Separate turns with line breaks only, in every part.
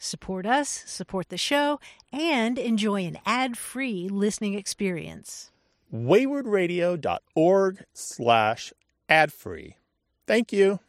Support us, support the show, and enjoy an ad-free listening experience.
waywardradio.org slash adfree. Thank you.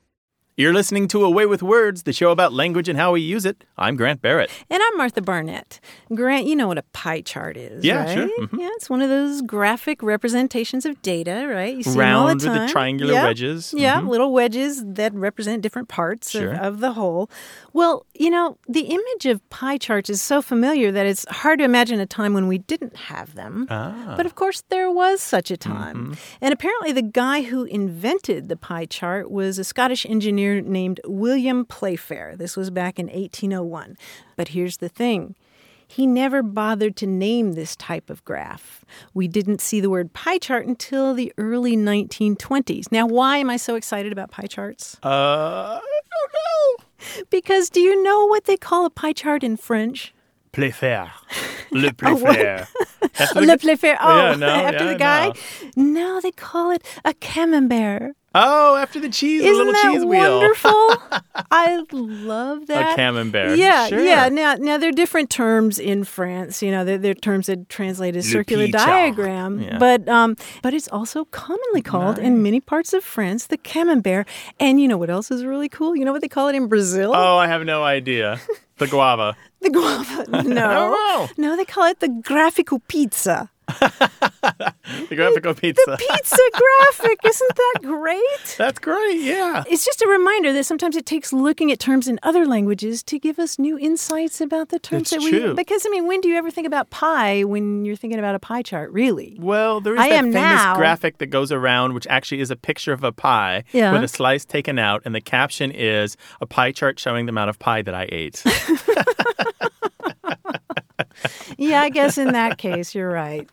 You're listening to Away with Words, the show about language and how we use it. I'm Grant Barrett.
And I'm Martha Barnett. Grant, you know what a pie chart is,
Yeah,
right?
sure. Mhm.
Yeah, it's one of those graphic representations of data, right? You see 'em all
Round
the
with the
time.
triangular
Yeah.
wedges.
Yeah,
Mhm.
little wedges that represent different parts
Sure.
of, of the whole. Well, you know, the image of pie charts is so familiar that it's hard to imagine a time when we didn't have them.
Ah.
But of course, there was such a time. And apparently, the guy who invented the pie chart was a Scottish engineer named William Playfair. This was back in 1801. But here's the thing he never bothered to name this type of graph. We didn't see the word pie chart until the early 1920s. Now, why am I so excited about pie charts?
Uh, I don't know.
Because do you know what they call a pie chart in French?
Playfair. Le Playfair. That's
Le Playfair. Oh,
Yeah, no,
after
yeah,
the guy? No. they call it a camembert.
Oh, after the cheese, the
Isn't
little
that
cheese wheel.
wonderful? I love that.
camembert.
Yeah,
Sure.
yeah. Now, now there are different terms in France. You know, there, there are terms that translate as
Le
circular
pie chart.
diagram,
Yeah.
but um, but it's also commonly called in many parts of France the camembert. And you know what else is really cool? You know what they call it in Brazil?
Oh, I have no idea. The guava.
the guava. No,
know.
no, they call it the graphical pizza.
The graphical pizza.
Pizza graphic, isn't that great?
That's great. Yeah.
It's just a reminder that sometimes it takes looking at terms in other languages to give us new insights about the terms
That's
that
true.
we. Because I mean, when do you ever think about pie when you're thinking about a pie chart? Really?
Well, there is
I
that
am
famous
now-
graphic that goes around, which actually is a picture of a pie
Yeah.
with a slice taken out, and the caption is a pie chart showing the amount of pie that I ate.
Yeah, I guess in that case you're right.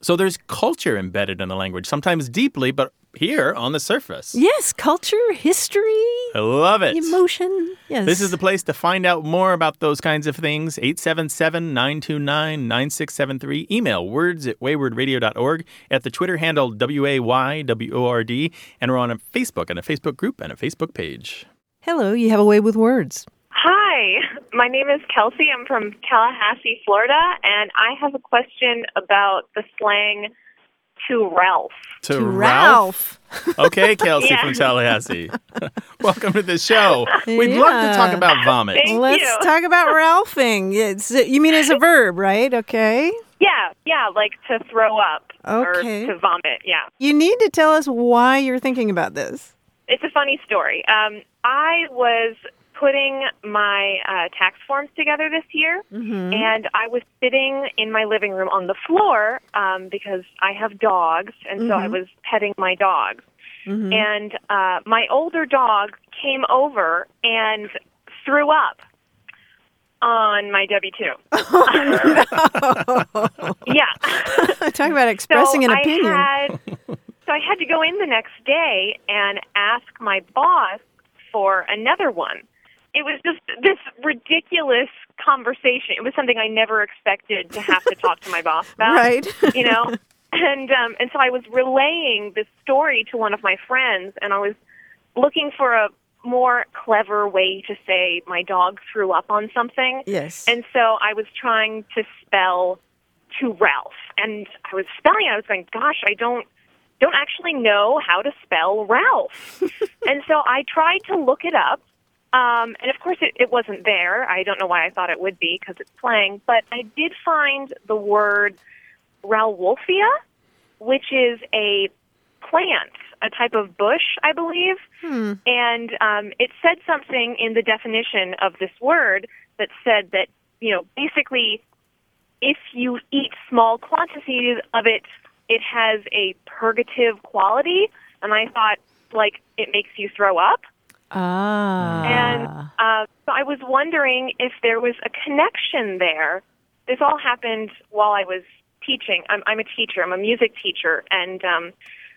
so there's culture embedded in the language, sometimes deeply, but here on the surface.
Yes, culture, history,
I love it.
emotion. Yes.
This is the place to find out more about those kinds of things. 877 929 9673. Email words at waywardradio.org, at the Twitter handle WAYWORD, and we're on a Facebook and a Facebook group and a Facebook page.
Hello, you have a way with words.
Hi, my name is Kelsey. I'm from Tallahassee, Florida, and I have a question about the slang to Ralph.
To,
Ralph.
Okay, Kelsey
Yeah.
from Tallahassee. Welcome to the show. We'd love to talk
Yeah.
about vomit.
Thank
Let's
you.
talk about Ralphing. It's you mean as a verb, right? Okay.
Yeah, yeah, like to throw up
Okay.
or to vomit. Yeah.
You need to tell us why you're thinking about this.
It's a funny story. Um, I was putting my uh, tax forms together this year,
Mm-hmm.
and I was sitting in my living room on the floor um, because I have dogs, and so I
Mm-hmm.
was petting my dogs. And uh, my older dog came over and threw up on my W two. yeah.
Talk about expressing
so
an opinion.
I had, so I had to go in the next day and ask my boss for another one. It was just this ridiculous conversation. It was something I never expected to have to talk to my boss about.
Right.
You know? And um and so I was relaying this story to one of my friends and I was looking for a more clever way to say my dog threw up on something.
Yes.
And so I was trying to spell to Ralph, and I was spelling. it. I was going, "Gosh, I don't don't actually know how to spell Ralph." and so I tried to look it up, um, and of course, it, it wasn't there. I don't know why I thought it would be because it's slang, but I did find the word Ralwolfia, which is a plant, a type of bush, I believe. And um, it said something in the definition of this word that said that, you know, basically, if you eat small quantities of it, it has a purgative quality. And I thought, like, it makes you throw up.
Ah.
And uh, so I was wondering if there was a connection there. This all happened while I was teaching. I'm, I'm a teacher, I'm a music teacher, and um,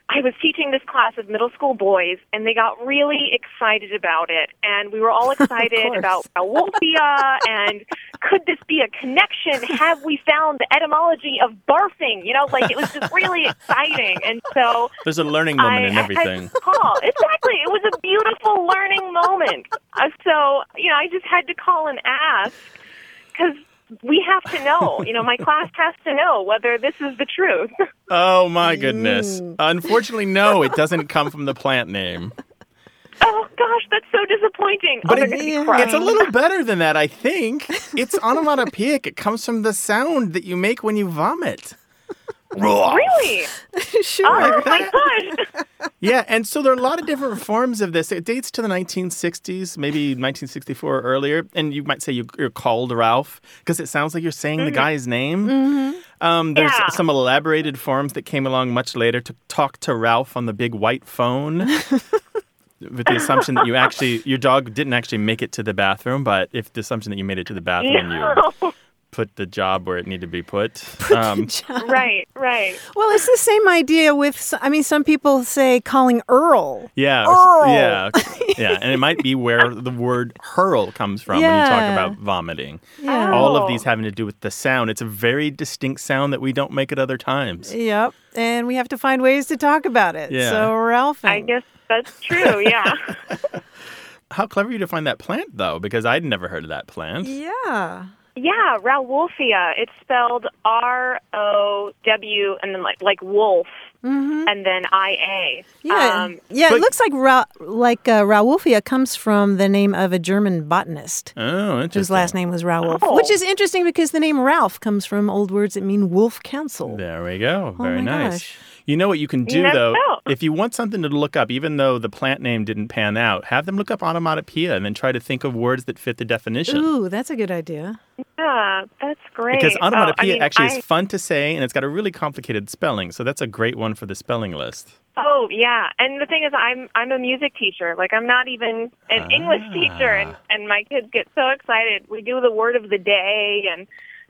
I was teaching this class of middle school boys, and they got really excited about it. And we were all excited
course.
about Wolfia and could this be a connection? Have we found the etymology of barfing? You know, like it was just really exciting. And so
There's a learning moment
I
in everything.
Had to call. Exactly. It was a beautiful learning moment. Uh, so, you know, I just had to call and ask because we have to know. You know, my class has to know whether this is the truth.
Oh my goodness.
Mm.
Unfortunately, no, it doesn't come from the plant name.
oh, gosh, that's so disappointing.
But
oh, they're
it-
gonna
yeah.
be crying.
It's a little better than that, I think. It's onomatopoeic. It comes from the sound that you make when you vomit.
Really?
sure.
Oh, my gosh.
Yeah, and so there are a lot of different forms of this. It dates to the 1960s, maybe 1964 or earlier. And you might say you, you're called Ralph because it sounds like you're saying the guy's name. Um, there's
Mm-hmm. Yeah.
some elaborated forms that came along much later to talk to Ralph on the big white phone. With the assumption that you actually, your dog didn't actually make it to the bathroom, but if the assumption that you made it to the bathroom, you
No.
put the job where it needed to be put. Um,
right, right.
Well, it's the same idea with, s- I mean, some people say calling Earl.
Yeah.
Earl.
Yeah. Yeah. And it might be where the word hurl comes from when you
Yeah.
talk about vomiting.
Yeah.
All of these
Oh.
having to do with the sound. It's a very distinct sound that we don't make at other times.
Yep. And we have to find ways to talk about it.
Yeah.
So, Ralph.
I guess that's true. Yeah.
How clever you to find that plant, though, because I'd never heard of that plant.
Yeah.
Yeah, Rowolfia. It's spelled R O W and then like like wolf and then I A.
Mm-hmm. Yeah,
Um,
yeah.
but-
it looks like Ra- like uh, Rauwolfia comes from the name of a German botanist
Oh, interesting.
whose last name was Rauwolf,
Oh.
which is interesting because the name Ralph comes from old words that mean wolf council.
There we go. Very
Oh my
nice.
gosh.
You know what you can do
never
though?
know.
If you want something to look up, even though the plant name didn't pan out, have them look up onomatopoeia and then try to think of words that fit the definition.
Ooh, that's a good idea.
yeah, that's great.
Because
Oh, I
onomatopoeia
mean,
actually
I-
is fun to say and it's got a really complicated spelling. So that's a great one for the spelling list.
Oh yeah, and the thing is, I'm I'm a music teacher. Like I'm not even an English teacher, and
Ah.
and my kids get so excited. We do the word of the day, and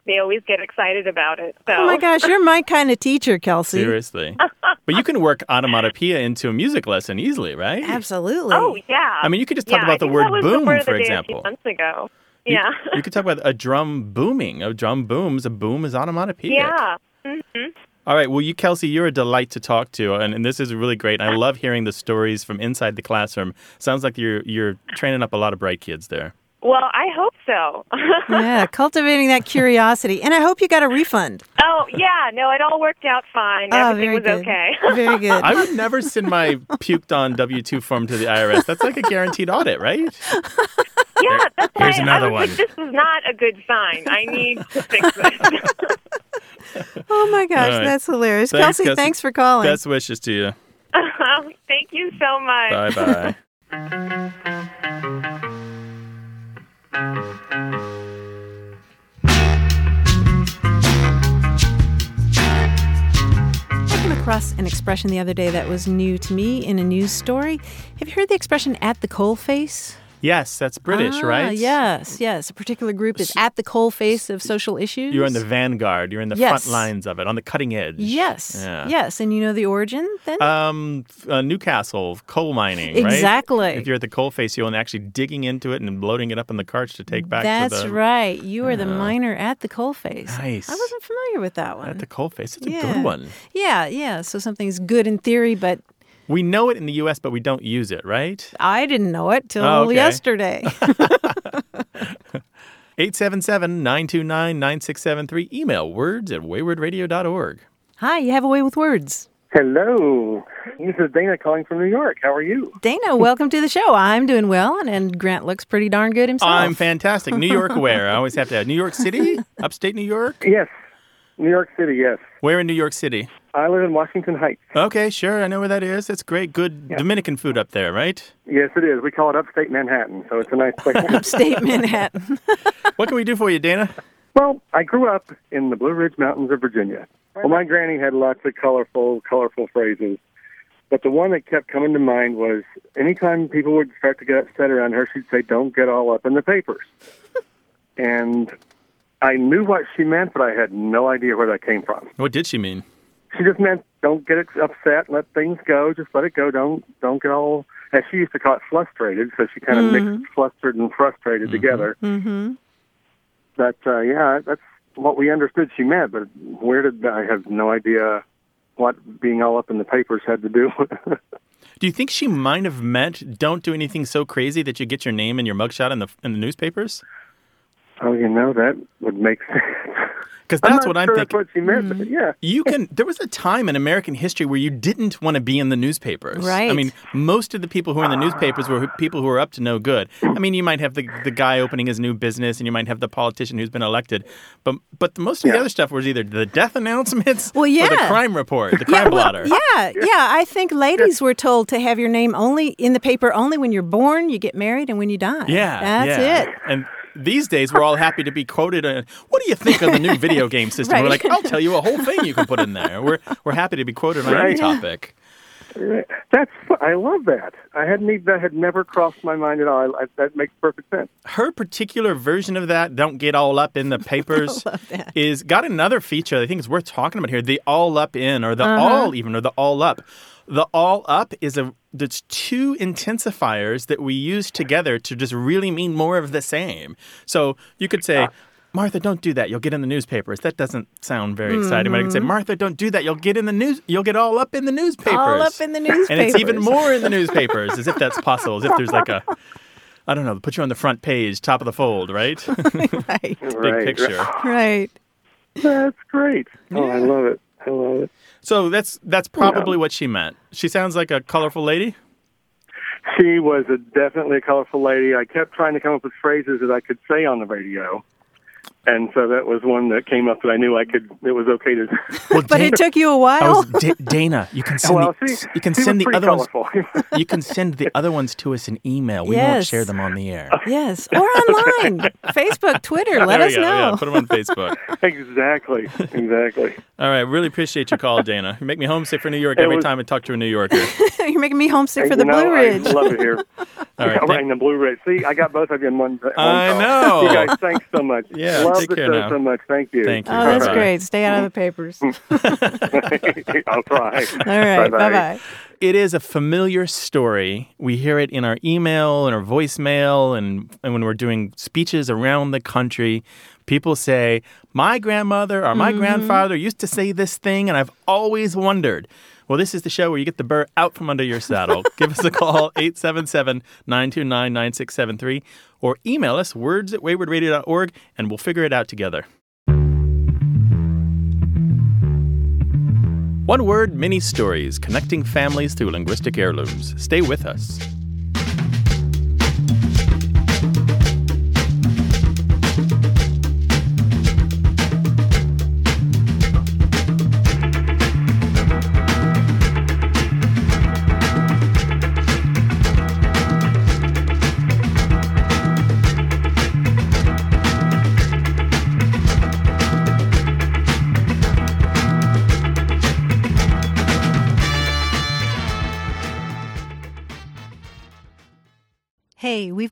they always get excited about it. So
Oh my gosh, you're my kind of teacher, Kelsey.
Seriously. but you can work onomatopoeia into a music lesson easily, right?
Absolutely.
Oh yeah.
I mean, you could just talk
Yeah,
about the
I think
word
that was
boom,
the word of
for
the day
example.
A few months ago.
You-
Yeah.
You, could talk about a drum booming. A drum booms. A boom is onomatopoeia.
yeah. Mm-hmm.
All right. Well, you, Kelsey, you're a delight to talk to, and, and this is really great. I love hearing the stories from inside the classroom. Sounds like you're you're training up a lot of bright kids there.
Well, I hope so.
yeah, cultivating that curiosity. And I hope you got a refund.
Oh yeah, no, it all worked out fine.
Oh,
Everything
very
was
good.
okay.
Very good.
I would never send my puked on W two form to the IRS. That's like a guaranteed audit, right?
yeah, that's
Here's
why
another
I was
one.
like, this is not a good sign. I need to fix this.
oh my gosh,
All right.
that's hilarious.
Thanks,
Kelsey,
Kelsey.
thanks for calling.
Best wishes to you.
Thank you so much.
Bye bye.
I came across an expression the other day that was new to me in a news story. Have you heard the expression at the coal face?
Yes, that's British,
Ah,
right?
Yes, yes. A particular group is at the coal face of social issues.
You're in the vanguard. You're in the
Yes.
front lines of it, on the cutting edge.
Yes.
Yeah.
Yes. And you know the origin then?
Um, f- uh, Newcastle coal mining, right?
Exactly.
If you're at the coal face, you'll actually digging into it and loading it up in the carts to take back.
That's
to the,
right. You are the miner at the coal face.
Nice.
I wasn't familiar with that one.
At the coal face, it's a
Yeah.
good one.
yeah, yeah. So something's good in theory, but
We know it in the U.S., but we don't use it, right?
I didn't know it till
Oh, okay.
yesterday.
877-929-9673. Email words at waywardradio.org.
Hi, you have a way with words.
Hello. This is Dana calling from New York. How are you?
Dana, welcome to the show. I'm doing well, and, and Grant looks pretty darn good himself.
I'm fantastic. New York, where? I always have to add New York City, upstate New York.
Yes. New York City, yes.
Where in New York City?
I live in Washington Heights.
Okay, sure. I know where that is. It's great, good Dominican food up there, right?
Yes, it is. We call it upstate Manhattan, so it's a nice place.
Upstate Manhattan.
What can we do for you, Dana?
well, I grew up in the Blue Ridge Mountains of Virginia. Well, my granny had lots of colorful, colorful phrases, but the one that kept coming to mind was anytime people would start to get upset around her, she'd say, Don't get all up in the papers. and I knew what she meant, but I had no idea where that came from.
What did she mean?
she just meant don't get upset, let things go, just let it go. Don't don't get all. As she used to call it, frustrated. So she kind of mixed flustered and frustrated together. Mm-hmm. But uh, yeah, that's what we understood she meant. But where did I have no idea what being all up in the papers had to do with.
Do you think she might have meant don't do anything so crazy that you get your name and your mugshot in the in the newspapers?
oh, you know that would make sense.
Because that's
not
what I'm
sure
thinking.
That's what she meant. But
Mm-hmm.
yeah.
you can there was a time in american history where you didn't want to be in the newspapers i
Right.
mean most of the people who were in the newspapers were people who were up to no good i mean you might have the, the guy opening his new business and you might have the politician who's been elected but but most of the
Yeah.
other stuff was either the death announcements
Well,
or the
yeah.
crime report the crime
well,
blotter
yeah, yeah. I think ladies were told to have your name only in the paper only when you're born, you get married, and when you die.
yeah
that's
yeah.
it.
and these days we're all happy to be quoted on what do you think of the new video game system we're
Right.
like i'll tell you a whole thing you can put in there we're, we're happy to be quoted on any
Right.
topic
That's I love that. I hadn't even that had never crossed my mind at all. I, I, that makes perfect sense.
her particular version of that don't get all up in the papers is got another feature that i think is worth talking about here the all up in or the
Uh-huh.
all even or the all up the all up is a there's two intensifiers that we use together to just really mean more of the same so you could
Uh.
say Martha, don't do that. You'll get in the newspapers. That doesn't sound very exciting. But I could say, Martha, don't do that. You'll get in the news. You'll get all up in the newspapers.
Mm-hmm. All up in the newspapers.
And it's even more in the newspapers, as if that's possible, as if there's like a, I don't know, put you on the front page, top of the fold, right?
right,
Big
right.
picture.
right.
That's great. Oh, I love it. I love it.
So that's that's probably what she meant. She sounds like a colorful lady.
She was a, definitely a colorful lady. I kept trying to come up with phrases that I could say on the radio. And so that was one that came up that I knew I could, it was okay to.
Well,
But it took you a
I
while.
was, Da- Dana, you can send
well,
the,
she,
you can
she
send
was
the
pretty
other
colorful.
ones. You can send the other ones to us in email. We won't
Yes.
share them on the air.
yes, or online, Facebook, Twitter. Let
there
us
we go. Yeah,
know.
put them on Facebook.
exactly. Exactly.
All right. Really appreciate your call, Dana. You make me homesick for New York every
was-
time I talk to a New Yorker.
You're making me homesick for
You
the
know,
Blue Ridge.
I love it here.
All right,
Yeah,
thank-
right, in the Blue Ridge. See, I got both of you in one. one
I
call.
know.
You guys, thanks so much.
Yeah,
love
take
the
care
show
now.
so much. Thank you.
Thank you.
Oh, that's
Bye-bye.
great. Stay out of the papers. All
I'll try.
right. Bye bye.
it is a familiar story. We hear it in our email and our voicemail, and, and when we're doing speeches around the country, people say, My grandmother or my grandfather used to say this thing, and I've always wondered. Well, this is the show where you get the burr out from under your saddle. Give us a call, 877 929 9673, or email us words at waywardradio.org, and we'll figure it out together. One word, many stories, connecting families through linguistic heirlooms. Stay with us.
Hey, we've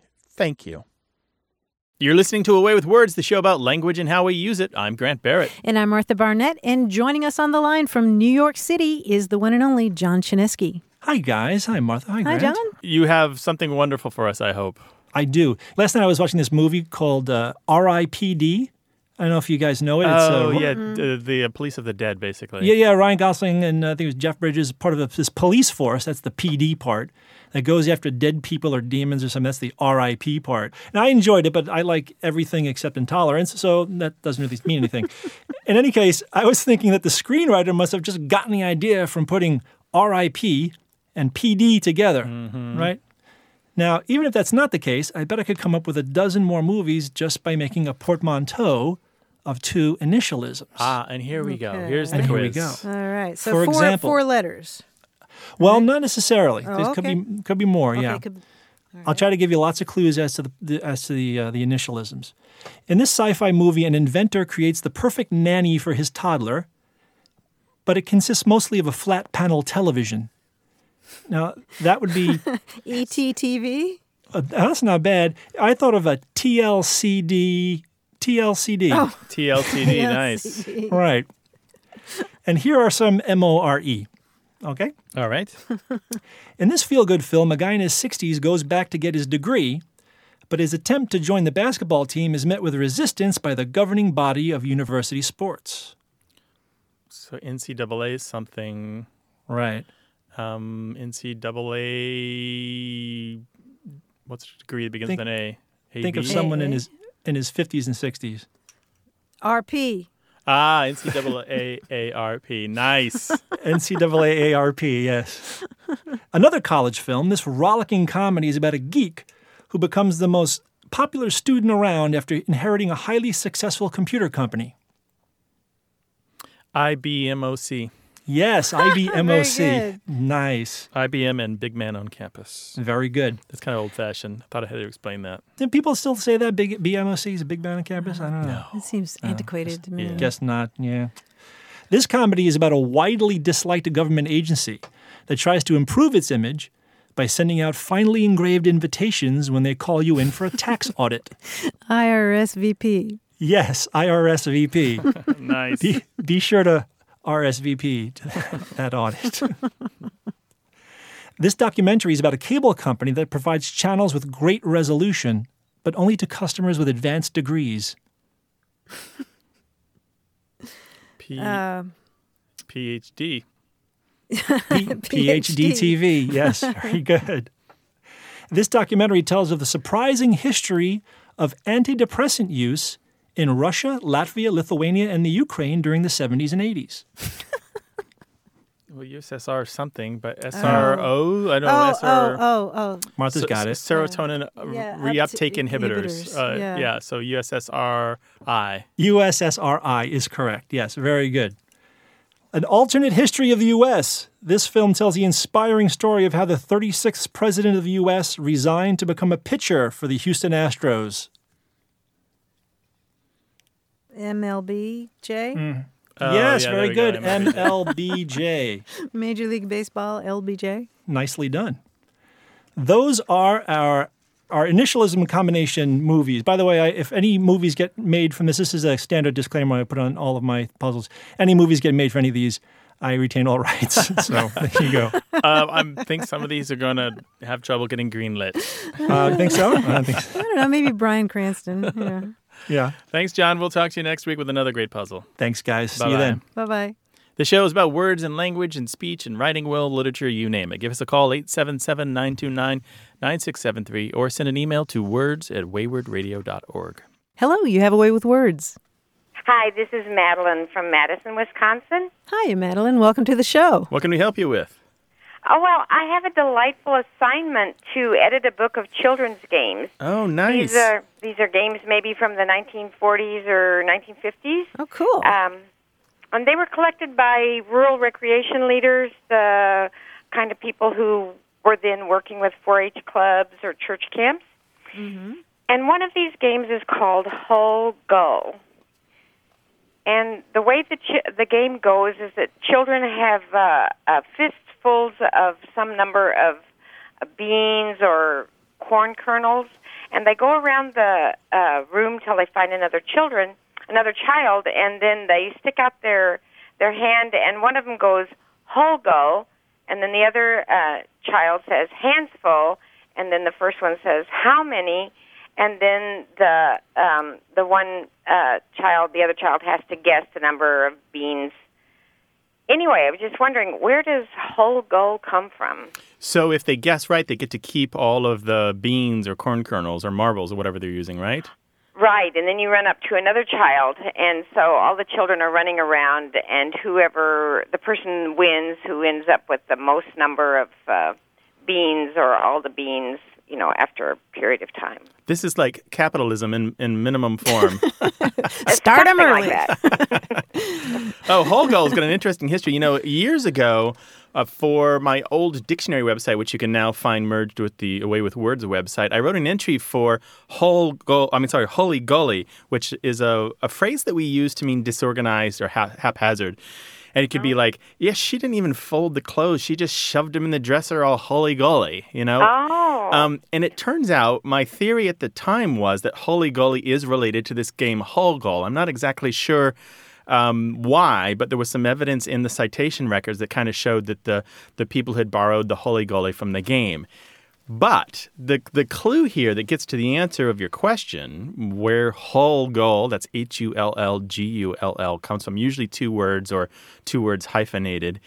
Thank you. You're listening to Away with Words, the show about language and how we use it. I'm Grant Barrett.
And I'm Martha Barnett, and joining us on the line from New York City is the one and only John Chinesky.
Hi guys. Hi Martha. Hi
Hi,
Grant.
John.
You have something wonderful for us, I hope.
I do. Last night I was watching this movie called uh, R.I.P.D. I don't know if you guys know it. It's, uh,
oh, yeah, d- the uh, police of the dead, basically.
Yeah, yeah. Ryan Gosling and uh, I think it was Jeff Bridges, part of the- this police force. That's the PD part that goes after dead people or demons or something. That's the RIP part. And I enjoyed it, but I like everything except intolerance, so that doesn't really mean anything. In any case, I was thinking that the screenwriter must have just gotten the idea from putting RIP and PD together,
Mm-hmm.
right? Now, even if that's not the case, I bet I could come up with a dozen more movies just by making a portmanteau of two initialisms.
Ah, and here we go. Here's the
And here we
quiz.
go.
All right. So
For
four,
example-
four letters. Oh,
Well, not necessarily. There could
okay.
be could be more.
Okay,
yeah,
could-
I'll try to give you lots of clues as to the, the as to the uh, the initialisms. In this sci-fi movie, an inventor creates the perfect nanny for his toddler, but it consists mostly of a flat panel television. Now that would be
E ETTV.
uh, that's not bad. I thought of a TLCD TLCD.
TLTD, nice.
Right. And here are some M O R E. Okay.
All right.
In this feel good film, a guy in his 60s goes back to get his degree, but his attempt to join the basketball team is met with resistance by the governing body of university sports.
So NCAA something.
Right.
Um, NCAA. What's the degree that begins
Think-
with an A? A,
Think of
B?
someone in his in his 50s and 60s.
RP.
Ah, NCAAARP. Nice.
NCAA ARP, yes. Another college film, this rollicking comedy is about a geek who becomes the most popular student around after inheriting a highly successful computer company.
IBMOC.
Yes,
Very
IBMOC.
good.
nice.
IBM and Big Man on Campus.
Very good.
That's kind of old fashioned. I thought I had to explain that.
Do people still say that big BMOC is a big man on campus? I don't know.
It seems antiquated to me.
yeah.
Guess not. Yeah. This comedy is about a widely disliked government agency that tries to improve its image by sending out finely engraved invitations when they call you in for a tax audit.
IRS VP.
Yes, IRSVP.
Nice.
be, be sure to RSVP to that, that audit. this documentary is about a cable company that provides channels with great resolution, but only to customers with advanced degrees.
P-
Uh,
PhD.
P- PhD TV. Yes, very good. This documentary tells of the surprising history of antidepressant use in Russia, Latvia, Lithuania, and the Ukraine during the 70s and 80s.
Well, USSR something, but SRO? I don't know.
oh,
SR.
oh, oh, oh.
Martha's got it.
Serotonin uh, re-
yeah,
reuptake
uptake
inhibitors.
inhibitors,
Uh,
yeah.
yeah, so USSRI.
USSRI is correct. Yes, very good. An alternate history of the US. This film tells the inspiring story of how the 36th president of the US resigned to become a pitcher for the Houston Astros.
MLB J.
Mm.
Oh,
yes,
yeah, there
very
we go,
good.
MLB.
MLBJ.
Major League Baseball LBJ.
nicely done. Those are our our initialism combination movies. By the way, I, if any movies get made from this, this is a standard disclaimer I put on all of my puzzles. Any movies get made for any of these, I retain all rights. so there you go.
um, I think some of these are going to have trouble getting greenlit.
Uh, think so? I don't think so.
I don't know. Maybe Brian Cranston. Yeah.
Yeah.
Thanks, John. We'll talk to you next week with another great puzzle.
Thanks, guys. See
Bye-bye.
you then.
Bye bye.
The show is about words and language and speech and writing, will, literature, you name it. Give us a call, 877 929 9673, or send an email to words at waywardradio.org.
Hello. You have a way with words.
Hi, this is Madeline from Madison, Wisconsin.
Hi, Madeline. Welcome to the show.
What can we help you with?
Oh, well, I have a delightful assignment to edit a book of children's games.
Oh, nice.
These are these are games maybe from the 1940s or 1950s.
Oh, cool.
Um, and they were collected by rural recreation leaders, the kind of people who were then working with 4-H clubs or church camps. And one of these games is called Hull Go. And the way the ch- the game goes is that children have uh, uh, fistfuls of some number of uh, beans or corn kernels, and they go around the uh, room till they find another children, another child, and then they stick out their their hand, and one of them goes holgo, and then the other uh, child says handsful, and then the first one says how many, and then the um, the one uh, child, the other child has to guess the number of beans. Anyway, I was just wondering where does whole goal come from?
So if they guess right, they get to keep all of the beans or corn kernels or marbles or whatever they're using, right?
Right, and then you run up to another child, and so all the children are running around, and whoever the person wins who ends up with the most number of uh, beans or all the beans, you know, after a period of time.
This is like capitalism in, in minimum form.
Start 'em
Something
early.
like that.
oh, Holgold's got an interesting history. You know, years ago, uh, for my old dictionary website, which you can now find merged with the Away with Words website, I wrote an entry for Holgol. I mean, sorry, Holy Golly, which is a, a phrase that we use to mean disorganized or ha- haphazard. And it could be like, yeah, she didn't even fold the clothes. She just shoved them in the dresser all holy golly, you know?
Oh.
Um, and it turns out my theory at the time was that Holy Golly is related to this game Hull Goal. I'm not exactly sure um, why, but there was some evidence in the citation records that kind of showed that the, the people had borrowed the Holy Golly from the game. But the the clue here that gets to the answer of your question, where Hullgull, that's H U L L G U L L, comes from, usually two words or two words hyphenated,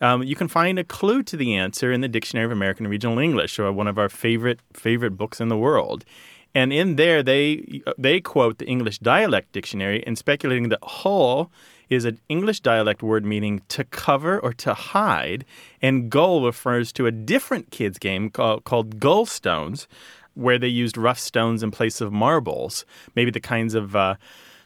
um, you can find a clue to the answer in the Dictionary of American Regional English, or one of our favorite favorite books in the world. And in there, they they quote the English Dialect Dictionary in speculating that hull is an English dialect word meaning to cover or to hide, and goal refers to a different kids' game called, called goal stones, where they used rough stones in place of marbles, maybe the kinds of. Uh,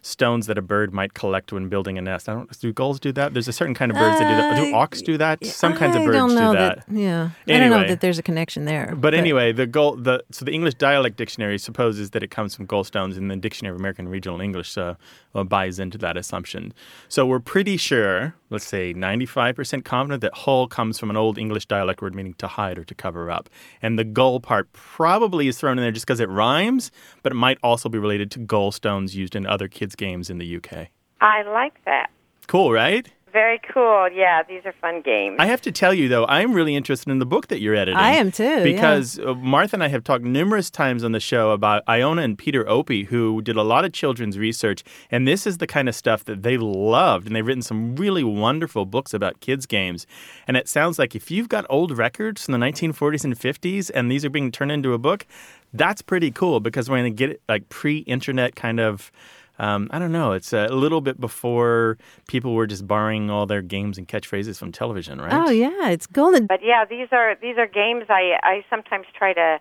Stones that a bird might collect when building a nest. I don't. Do gulls do that? There's a certain kind of birds that do that. Do
Uh,
auks do that? Some kinds of
I
birds
don't know
do that.
yeah, I don't know
Anyway.
that there's a connection there.
But anyway, the goal the so the English Dialect Dictionary supposes that it comes from gallstones, and the Dictionary of American Regional English uh, uh, buys into that assumption. So we're pretty sure, let's say ninety five percent confident that hull comes from an old English dialect word meaning to hide or to cover up, and the gull part probably is thrown in there just because it rhymes, but it might also be related to gallstones used in other kids' games in the UK.
I like that.
Cool, right?
Very cool. Yeah, these are fun games.
I have to tell you though, I'm really interested in the book that you're editing.
I am too, yeah.
Because uh, Martha and I have talked numerous times on the show about Iona and Peter Opie, who did a lot of children's research, and this is the kind of stuff that they loved, and they've written some really wonderful books about kids games. And it sounds like if you've got old records from the 1940s and 50s, and these are being turned into a book, that's pretty cool because we're going to get like pre-internet kind of. Um, I don't know. It's a little bit before people were just borrowing all their games and catchphrases from television, right?
oh yeah, it's golden.
but yeah, these are these are games. I I sometimes try to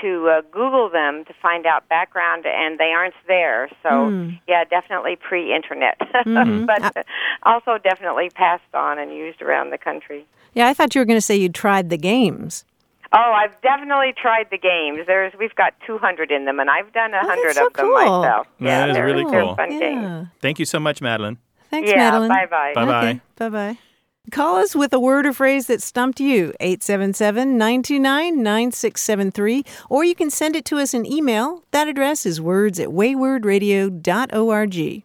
to uh, Google them to find out background, and they aren't there. So
Hmm.
yeah, definitely pre-internet,
Mm-hmm.
but also definitely passed on and used around the country.
Yeah, I thought you were going to say you tried the games.
Oh, I've definitely tried the games. There's we've got 200 in them, and I've done a
Oh, that's
hundred
so
of them
cool.
myself.
Yeah, that is
they're,
really
they're
cool.
fun
yeah.
games.
Thank you so much, Madeline.
Thanks,
Yeah,
Madeline.
bye-bye.
Bye-bye.
Bye bye. Call us with a word or phrase that stumped you, 877 929 9673, or you can send it to us in email. That address is words at waywardradio.org.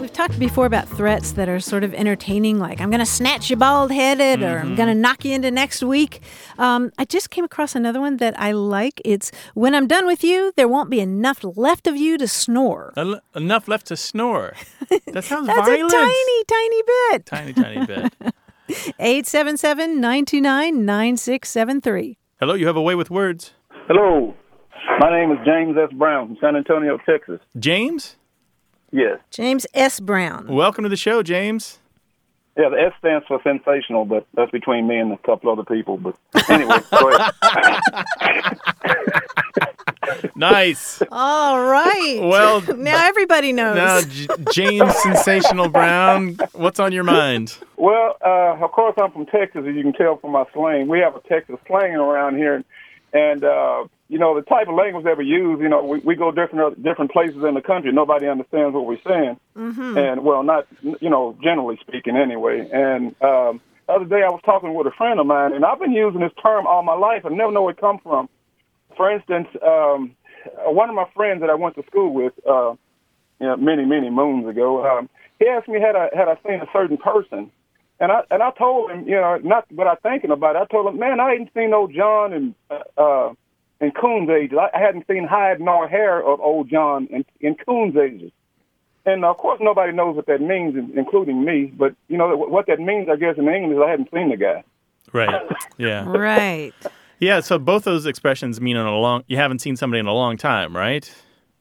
We've talked before about threats that are sort of entertaining, like I'm going to snatch your bald headed or I'm going to
Mm-hmm.
knock you into next week. Um, I just came across another one that I like. It's when I'm done with you, there won't be enough left of you to snore.
El- enough left to snore. That sounds
That's
violent.
a tiny, tiny bit.
tiny, tiny bit.
877 929 9673.
Hello, you have a way with words,
Hello, my name is James S. Brown from San Antonio, Texas.
James.
Yes,
James S. Brown.
Welcome to the show, James.
yeah. The S stands for sensational, but that's between me and a couple other people. But anyway, go ahead.
Nice.
All right.
Well,
now everybody knows.
Now, J- James Sensational Brown, what's on your mind?
Well, uh, of course, I'm from Texas, as you can tell from my slang. We have a Texas slang around here, and uh, you know the type of language that we use. You know, we, we go different different places in the country. Nobody understands what we're saying,
Mm-hmm.
and well, not you know, generally speaking, anyway. And um, the other day, I was talking with a friend of mine, and I've been using this term all my life. I never know where it come from. For instance, um, one of my friends that I went to school with. Uh, you know, many many moons ago. Um, he asked me had I had I seen a certain person, and I and I told him, you know, not what I thinking about. It. I told him, man, I hadn't seen old John and uh, in Coon's ages. I hadn't seen hide nor hair of old John in, in Coon's ages. And of course, nobody knows what that means, in- including me. But you know what that means, I guess, in English, I hadn't seen the guy.
Right. Yeah.
right.
Yeah. So both those expressions mean in a long. You haven't seen somebody in a long time, right?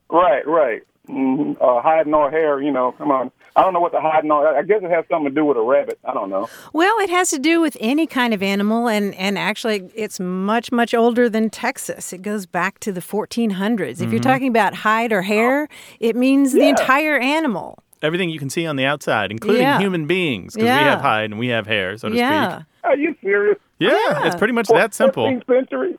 Right, right. hmm Uh, hide nor hair, you know. Come on, I don't know what the hide nor. I guess it has something to do with a rabbit. I don't know.
Well, it has to do with any kind of animal, and, and actually, it's much, much older than Texas. It goes back to the 1400s. If
Mm-hmm.
you're talking about hide or hair, it means the entire animal.
Everything you can see on the outside, including
Yeah.
human beings, because we
Yeah.
have hide and we have hair, so to
yeah. Oh,
speak.
Are you serious?
Yeah, It's pretty much that simple.
15th century.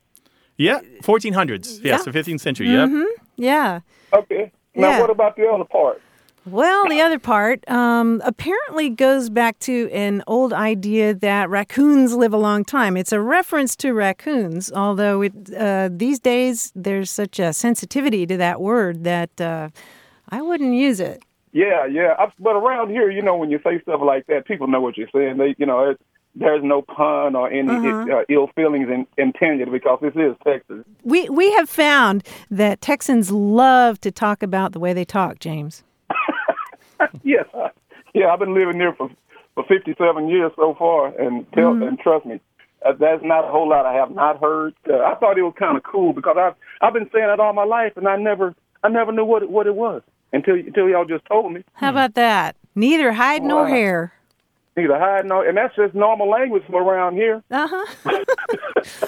Yeah. 1400s. Yeah. So 15th century.
Mm-hmm.
Yep.
Yeah.
Okay. Now,
Yeah.
what about the other part?
Well, the other part um, apparently goes back to an old idea that raccoons live a long time. It's a reference to raccoons, although it, uh, these days there's such a sensitivity to that word that uh, I wouldn't use it.
Yeah, yeah. I, but around here, you know, when you say stuff like that, people know what you're saying. They, you know, it, there's no pun or any uh ill feelings in, intended because this is Texas.
We, we have found that Texans love to talk about the way they talk, James.
Yes, yeah. I've been living here for for 57 years so far, and tell and trust me, uh, that's not a whole lot I have not heard. Uh, I thought it was kind of cool because I've I've been saying it all my life, and I never I never knew what it, what it was until until y'all just told me.
Hmm.
How about that? Neither hide nor hair.
Neither hide nor, and that's just normal language from around here.
Uh huh.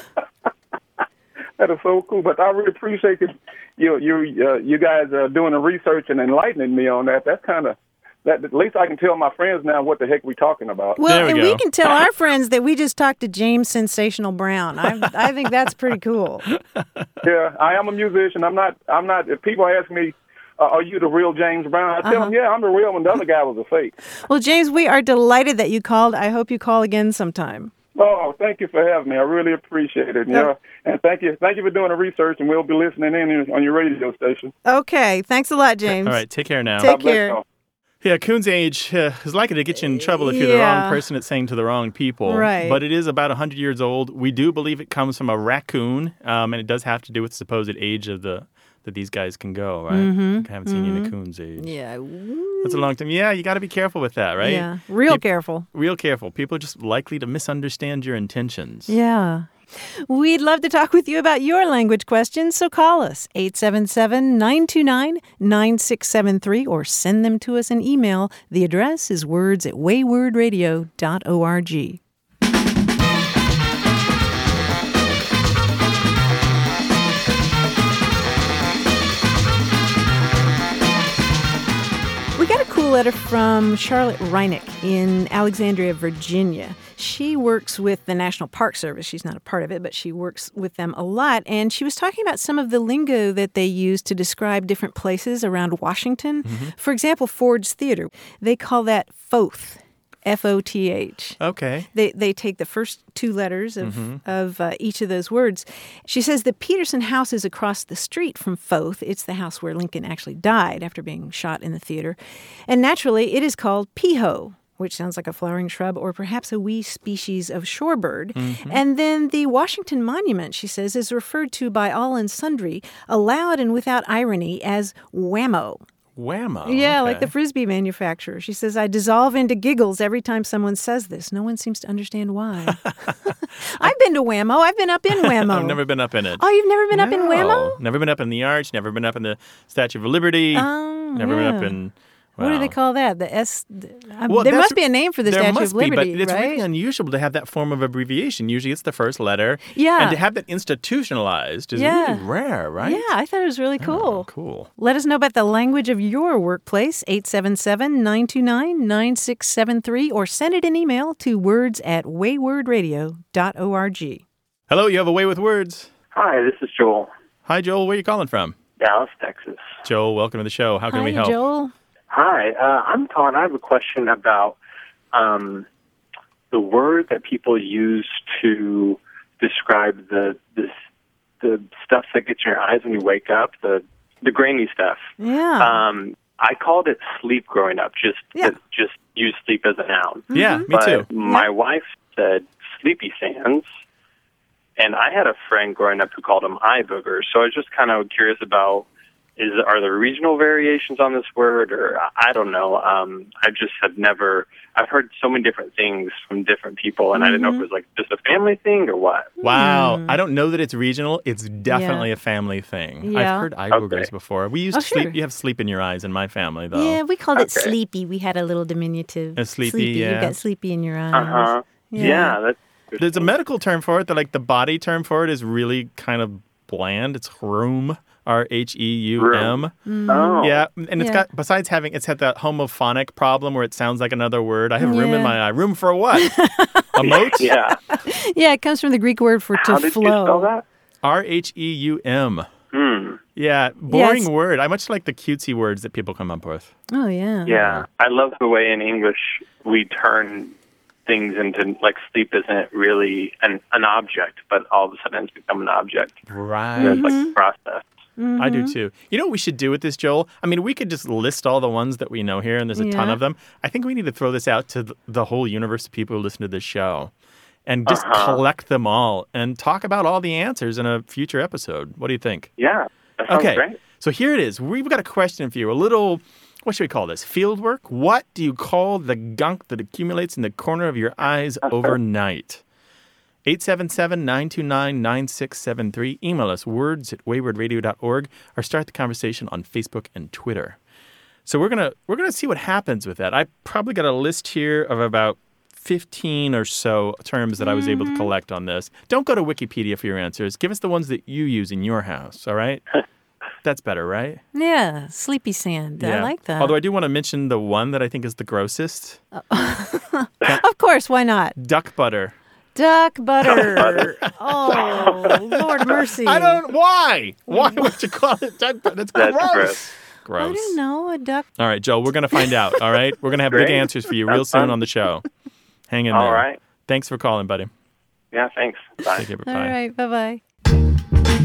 That is so cool. But I really appreciate it. You you uh, you guys uh, doing the research and enlightening me on that. That's kind of that. At least I can tell my friends now what the heck we're talking about.
Well,
There we
and
go.
we can tell our friends that we just talked to James Sensational Brown. I, I think that's pretty cool.
yeah, I am a musician. I'm not. I'm not. If people ask me, uh, "Are you the real James Brown?" I tell them, "Yeah, I'm the real one." The other guy was a fake.
Well, James, we are delighted that you called. I hope you call again sometime.
Oh, thank you for having me. I really appreciate it. Yeah, and thank you. Thank you for doing the research, and we'll be listening in on your radio station.
Okay. Thanks a lot, James.
All right. Take care now.
Take
God bless
care.
y'all.
Yeah, Coon's age uh, is likely to get you in trouble if you're the
Yeah.
wrong person at saying to the wrong people.
Right.
But it is about 100 years old. We do believe it comes from a raccoon, um, and it does have to do with the supposed age of the that these guys can go, right? I haven't seen you in a coon's age.
Mm-hmm. Yeah.
That's a long time. Yeah, you got to be careful with that, right?
Yeah. Real
Peop-
careful.
Real careful. People are just likely to misunderstand your intentions.
Yeah. We'd love to talk with you about your language questions, so call us 877 929 9673 or send them to us an email. The address is words at waywardradio.org. We got a cool letter from Charlotte Reinick in Alexandria, Virginia. She works with the National Park Service. She's not a part of it, but she works with them a lot. And she was talking about some of the lingo that they use to describe different places around Washington.
Mm-hmm.
Mm-hmm.
For example, Ford's Theater. They call that Foth, F O T H
Okay.
they they take the first two letters of of uh, each of those words. She says the Peterson house is across the street from Foth. It's the house where Lincoln actually died after being shot in the theater, and naturally it is called Piho. Which sounds like a flowering shrub or perhaps a wee species of shorebird.
Mm-hmm.
Mm-hmm.
And then the Washington Monument, she says, is referred to by all and sundry, aloud and without irony, as whammo.
Whammo.
Yeah, like
Oh, okay.
the frisbee manufacturer. She says, I dissolve into giggles every time someone says this. No one seems to understand why. I've been to Whammo. I've been up in Whammo.
I've never been up in it.
Oh, you've never been up in
No.
Whammo?
Never been up in the arch. Never been up in the Statue of Liberty.
Oh,
never been up
yeah.
in
What do
Wow.
they call that? The S. the- I-
Well,
there
that's-
must be a name for the
there
Statue
must
of Liberty,
be, but it's
right?
really unusual to have that form of abbreviation. Usually, it's the first letter.
Yeah.
and to have that institutionalized is
Yeah.
really rare, right?
Yeah, I thought it was really
Oh,
cool.
cool.
Let us know about the language of your workplace, 877 929 9673, or send it an email to words at waywardradio.org.
Hello, you have a way with words.
Hi, this is Joel,
Hi, Joel. Where are you calling from?
Dallas, Texas.
Joel, welcome to the show. How can
Hi,
we help?
Joel.
Hi, uh, I'm calling. I have a question about um, the word that people use to describe the this the stuff that gets in your eyes when you wake up, the the grainy stuff.
Yeah.
Um, I called it sleep growing up. Just
Yeah.
just use sleep as a noun.
Yeah,
Mm-hmm.
me
but
too.
My wife said sleepy sands, and I had a friend growing up who called them eye boogers. So I was just kind of curious about is are there regional variations on this word, or I- I don't know. Um, I just have never. I've heard so many different things from different people, and I didn't know if it was like just a family thing or what.
Hmm.
Wow. I don't know that it's regional. It's definitely a family thing.
Yeah.
I've heard eye
Okay.
boogers before. We used
Oh,
sleep.
sure.
You have sleep in your eyes in my family, though.
yeah, we called it
Okay.
sleepy. We had a little diminutive.
A sleepy,
You
yeah.
got sleepy in your eyes.
Uh huh. Yeah. that's
There's a
interesting.
medical term for it that, like, the body term for it is really kind of bland. It's hroom, R H E U M.
Oh.
Yeah, and it's
Mm. Yeah.
got besides having it's had that homophonic problem where it sounds like another word. I have room
Yeah.
in my eye. Room for what? a moat?
Yeah.
Yeah, it comes from the Greek word for to
How did
flow.
you spell that?
R H E U M.
Hmm.
Yeah, boring
it's-
word. I much like the cutesy words that people come up with.
Oh,
Uh-huh.
yeah.
Yeah, I love the way in English we turn things into like sleep isn't really an an object, but all of a sudden it's become an object.
Right.
It's
Mm-hmm.
like a process.
I do too. You know what we should do with this, Joel? I mean, we could just list all the ones that we know here, and there's a ton
Yeah.
of them. I think we need to throw this out to th- the whole universe of people who listen to this show and just collect them all and talk about all the answers in a future episode. What do you think?
Yeah, that sounds
Okay.
great.
So here it is. We've got a question for you. A little, what should we call this? Field work? What do you call the gunk that accumulates in the corner of your eyes overnight? 877 929 9673. Email us words at waywardradio.org or start the conversation on Facebook and Twitter. So we're gonna we're gonna see what happens with that. I probably got a list here of about fifteen or so terms that I was
Mm-hmm.
able to collect on this. Don't go to Wikipedia for your answers. Give us the ones that you use in your house. All right. That's better, right?
Yeah, sleepy sand. I like that.
Although I do want to mention the one that I think is the grossest
of course, why not?
duck butter.
Duck butter. oh, Lord mercy.
I don't. Why? Why would you call it duck butter? That's,
That's
gross.
gross.
Gross.
I don't know. A duck.
All right, Joel, we're going to find out. All right. We're going to have big
Great.
answers for you real
That's
soon
fun.
on the show. Hang in
All
there.
right.
Thanks for calling, buddy.
Yeah, thanks. Bye.
Take care. Bye.
All right, bye bye.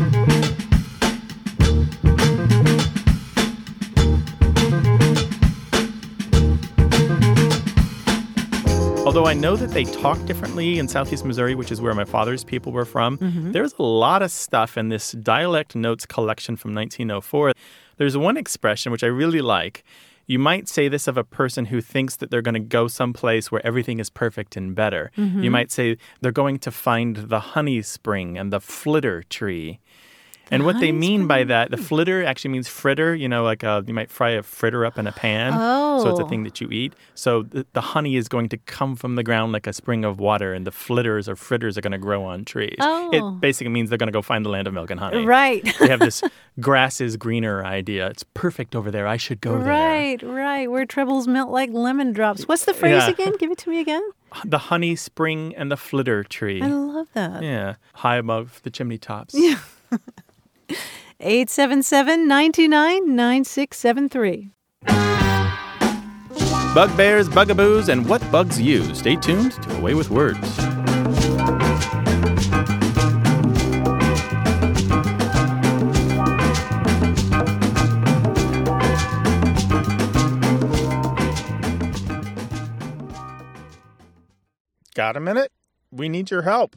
Although I know that they talk differently in Southeast Missouri, which is where my father's people were from, there's a lot of stuff in this dialect notes collection from 1904. There's one expression which I really like. You might say this of a person who thinks that they're going to go someplace where everything is perfect and better. You might say they're going to find the honey spring and the flitter tree. And what they mean by that, the flitter actually means fritter. You know, like uh you might fry a fritter up in a pan. So it's a
Oh.
thing that you eat. So the, the honey is going to come from the ground like a spring of water, and the flitters or fritters are going to grow on trees.
Oh.
It basically means they're going to go find the land of milk and honey.
Right.
they have this grass is greener idea. It's perfect over there. I should go there.
Right, right. Where troubles melt like lemon drops. What's the phrase
Yeah.
again? Give it to me again.
The honey spring and the flitter tree.
I love that.
Yeah, high above the chimney tops.
877 929 9673.
Bugbears, bugaboos, and what bugs you. Stay tuned to Away with Words. Got a minute? We need your help.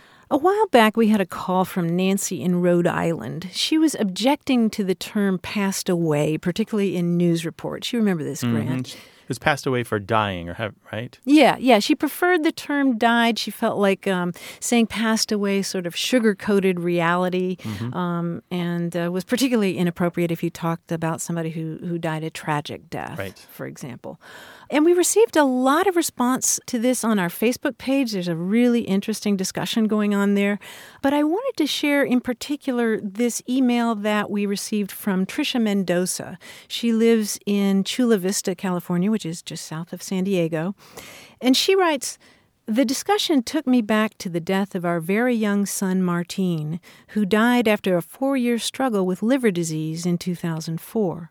A while back, we had a call from Nancy in Rhode Island. She was objecting to the term passed away, particularly in news reports. You remember this,
Mm-hmm.
Grant?
Who's passed away for dying, or have, right?
Yeah, yeah. She preferred the term died. She felt like um, saying passed away sort of sugar coated reality um, and uh, was particularly inappropriate if you talked about somebody who, who died a tragic death,
Right.
for example. And we received a lot of response to this on our Facebook page. There's a really interesting discussion going on there. But I wanted to share in particular this email that we received from Trisha Mendoza. She lives in Chula Vista, California, which is just south of San Diego. And she writes, the discussion took me back to the death of our very young son, Martine, who died after a four year struggle with liver disease in 2004.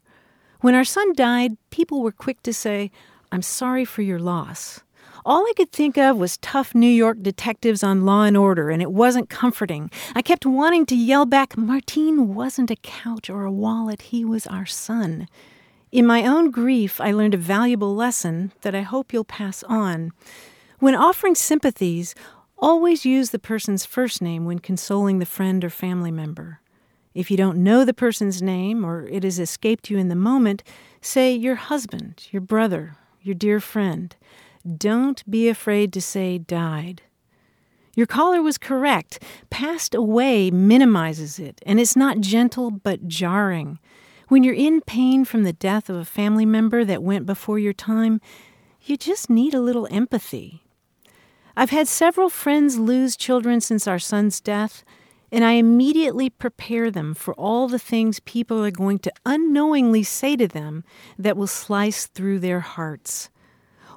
When our son died, people were quick to say, I'm sorry for your loss. All I could think of was tough New York detectives on Law and Order, and it wasn't comforting. I kept wanting to yell back, Martine wasn't a couch or a wallet, he was our son. In my own grief, I learned a valuable lesson that I hope you'll pass on. When offering sympathies, always use the person's first name when consoling the friend or family member. If you don't know the person's name or it has escaped you in the moment, say your husband, your brother, your dear friend. Don't be afraid to say died. Your caller was correct. Passed away minimizes it, and it's not gentle but jarring. When you're in pain from the death of a family member that went before your time, you just need a little empathy. I've had several friends lose children since our son's death, and I immediately prepare them for all the things people are going to unknowingly say to them that will slice through their hearts.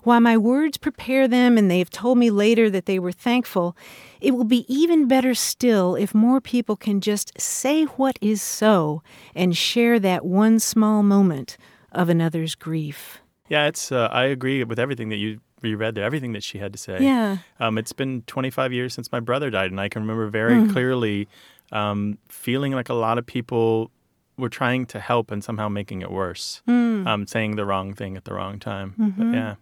While my words prepare them and they have told me later that they were thankful, it will be even better still if more people can just say what is so and share that one small moment of another's grief.
Yeah, it's. Uh, I agree with everything that you you read there. Everything that she had to say.
Yeah.
Um, it's been 25 years since my brother died, and I can remember very
Hmm.
clearly um, feeling like a lot of people were trying to help and somehow making it worse,
Hmm.
um, saying the wrong thing at the wrong time. But yeah.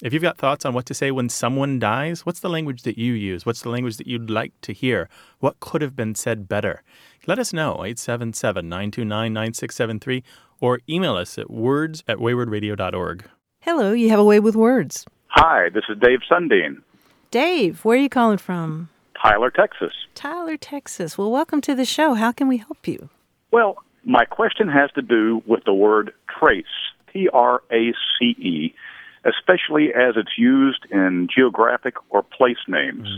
If you've got thoughts on what to say when someone dies, what's the language that you use? What's the language that you'd like to hear? What could have been said better? Let us know, 877 929 9673, or email us at words at waywardradio.org.
Hello, you have a way with words.
Hi, this is Dave Sundin,
Dave, where are you calling from?
Tyler, Texas.
Tyler, Texas. Well, welcome to the show. How can we help you?
Well, my question has to do with the word trace, T R A C E, especially as it's used in geographic or place names.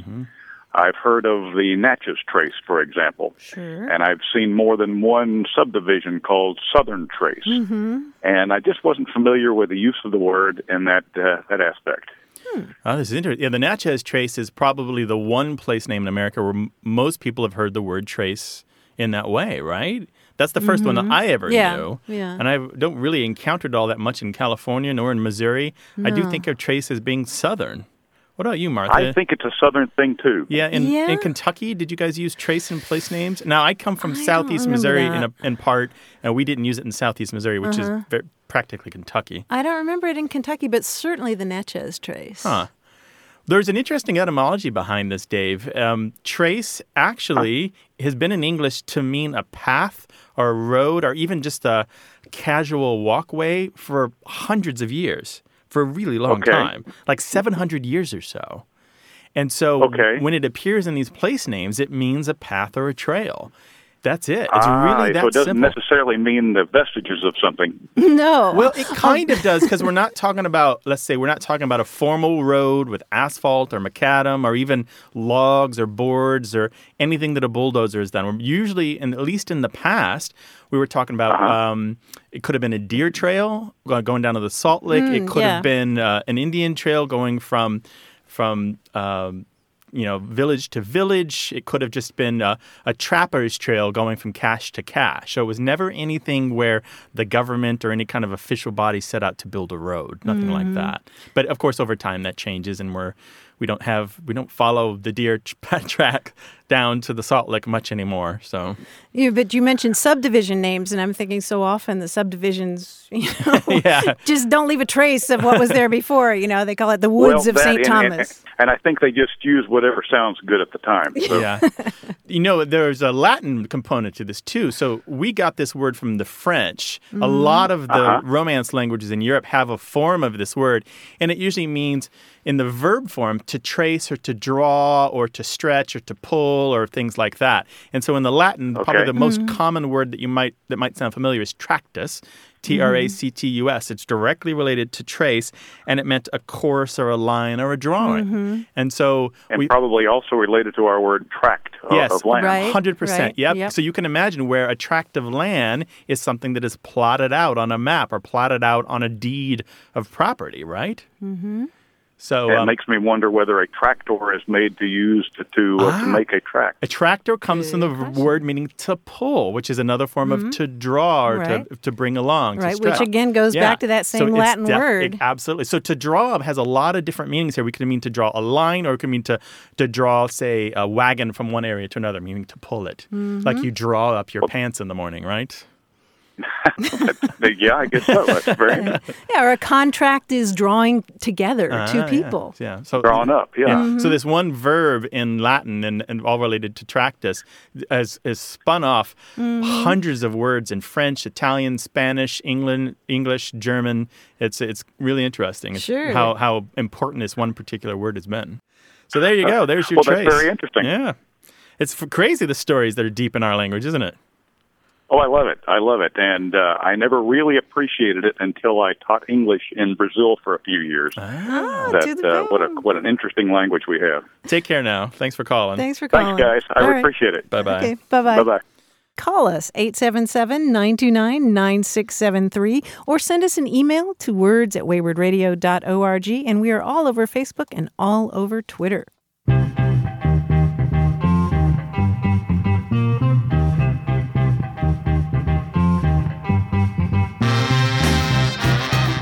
I've heard of the Natchez Trace, for example,
Sure.
and I've seen more than one subdivision called Southern Trace,
Mm-hmm.
and I just wasn't familiar with the use of the word in that uh, that aspect.
Oh, this is interesting. Yeah, the Natchez Trace is probably the one place name in America where m- most people have heard the word trace in that way, right? That's the 1st one that I ever
Mm-hmm. Yeah,
knew.
yeah.
And I don't really encounter it all that much in California nor in Missouri. I do think of trace as being southern. What about you, Martha?
I think it's a Southern thing too.
yeah, in,
Yeah.
in Kentucky, did you guys use trace in place names? Now, I come from
don't
southeast
remember
Missouri in,
that. Uh-huh.
a, in part, and we didn't use it in southeast Missouri, which is very, practically Kentucky.
I don't remember it in Kentucky, but certainly the Natchez Trace.
Huh. There's an interesting etymology behind this, Dave. Um, trace actually has been in English to mean a path or a road or even just a casual walkway for hundreds of years, for a really long
Okay.
time, like 700 years or so. And so
Okay.
when it appears in these place names, it means a path or a trail. That's it. It's
Ah,
really that
so it doesn't
simple.
necessarily mean the vestiges of something.
No.
Well, it kind of does because we're not talking about, let's say, we're not talking about a formal road with asphalt or macadam or even logs or boards or anything that a bulldozer has done. We're usually, and at least in the past, we were talking about
Uh-huh.
um, it could have been a deer trail go- going down to the Salt Lake. it could
Mm, yeah.
have been uh, an Indian trail going from from um, you know village to village. It could have just been a, a trapper's trail going from cache to cache. So it was never anything where the government or any kind of official body set out to build a road. Nothing like that. But of course, over time that changes, and we're we don't have we don't follow the deer tra- track down to the Salt Lick much anymore. So
Yeah, but you mentioned subdivision names, and I'm thinking so often the subdivisions, you know,
Yeah.
just don't leave a trace of what was there before. You know, they call it the woods
well,
of
that
St.
and- and-
Thomas.
And, I think they just use whatever sounds good at the time. So
yeah. you know, there's a Latin component to this too. So we got this word from the French. A lot of the Romance languages in Europe have a form of this word, and it usually means in the verb form to trace or to draw or to stretch or to pull or things like that. And so in the Latin, probably
Okay.
the most common word that you might that might sound familiar is tractus. T R A C T U S. It's directly related to trace, and it meant a course or a line or a drawing. And so
and
we,
probably also related to our word tract of,
Yes,
of land.
Right,
Hundred
right,
percent. Yep.
yep.
So you can imagine where a tract of land is something that is plotted out on a map or plotted out on a deed of property, right? Mm-hmm. So
It
um,
makes me wonder whether a tractor is made to use to, to, uh,
Ah.
to make a tract.
a tractor comes from the v- word meaning to pull, which is another form of to draw or to,
Mm-hmm. Right.
to bring along. to
Right, which
stretch.
again goes back to that
So
same
it's
Latin
def-
word.
it- absolutely. So to draw has a lot of different meanings here. We could mean to draw a line, or it could mean to to draw, say, a wagon from one area to another, meaning to pull it,
Mm-hmm.
like you draw up your pants in the morning, right?
yeah, I guess so. That's very
Yeah, or a contract is drawing together two
Ah, yeah,
people. Mm-hmm.
Yeah. So
drawn up. Yeah.
Yeah. So this one verb in Latin and, and all related to tractus has, has spun off
Mm.
hundreds of words in French, Italian, Spanish, England, English, German. It's it's really interesting. It's
Sure.
How how important this one particular word has been. So there you go. There's your
Well,
trace.
that's very interesting.
Yeah. It's f- crazy the stories that are deep in our language, isn't it?
Oh, I love it. I love it. And uh, I never really appreciated it until I taught English in Brazil for a few years.
Ah.
Oh, Ah, to
that
the
uh, what a
moon.
what an interesting language we have.
Take care now. Thanks for calling.
Thanks for calling.
Thanks, guys. I
All right.
appreciate it.
Bye bye.
Okay, bye bye.
Bye bye.
Call us 877 929 9673 or send us an email to words at waywardradio.org. And we are all over Facebook and all over Twitter.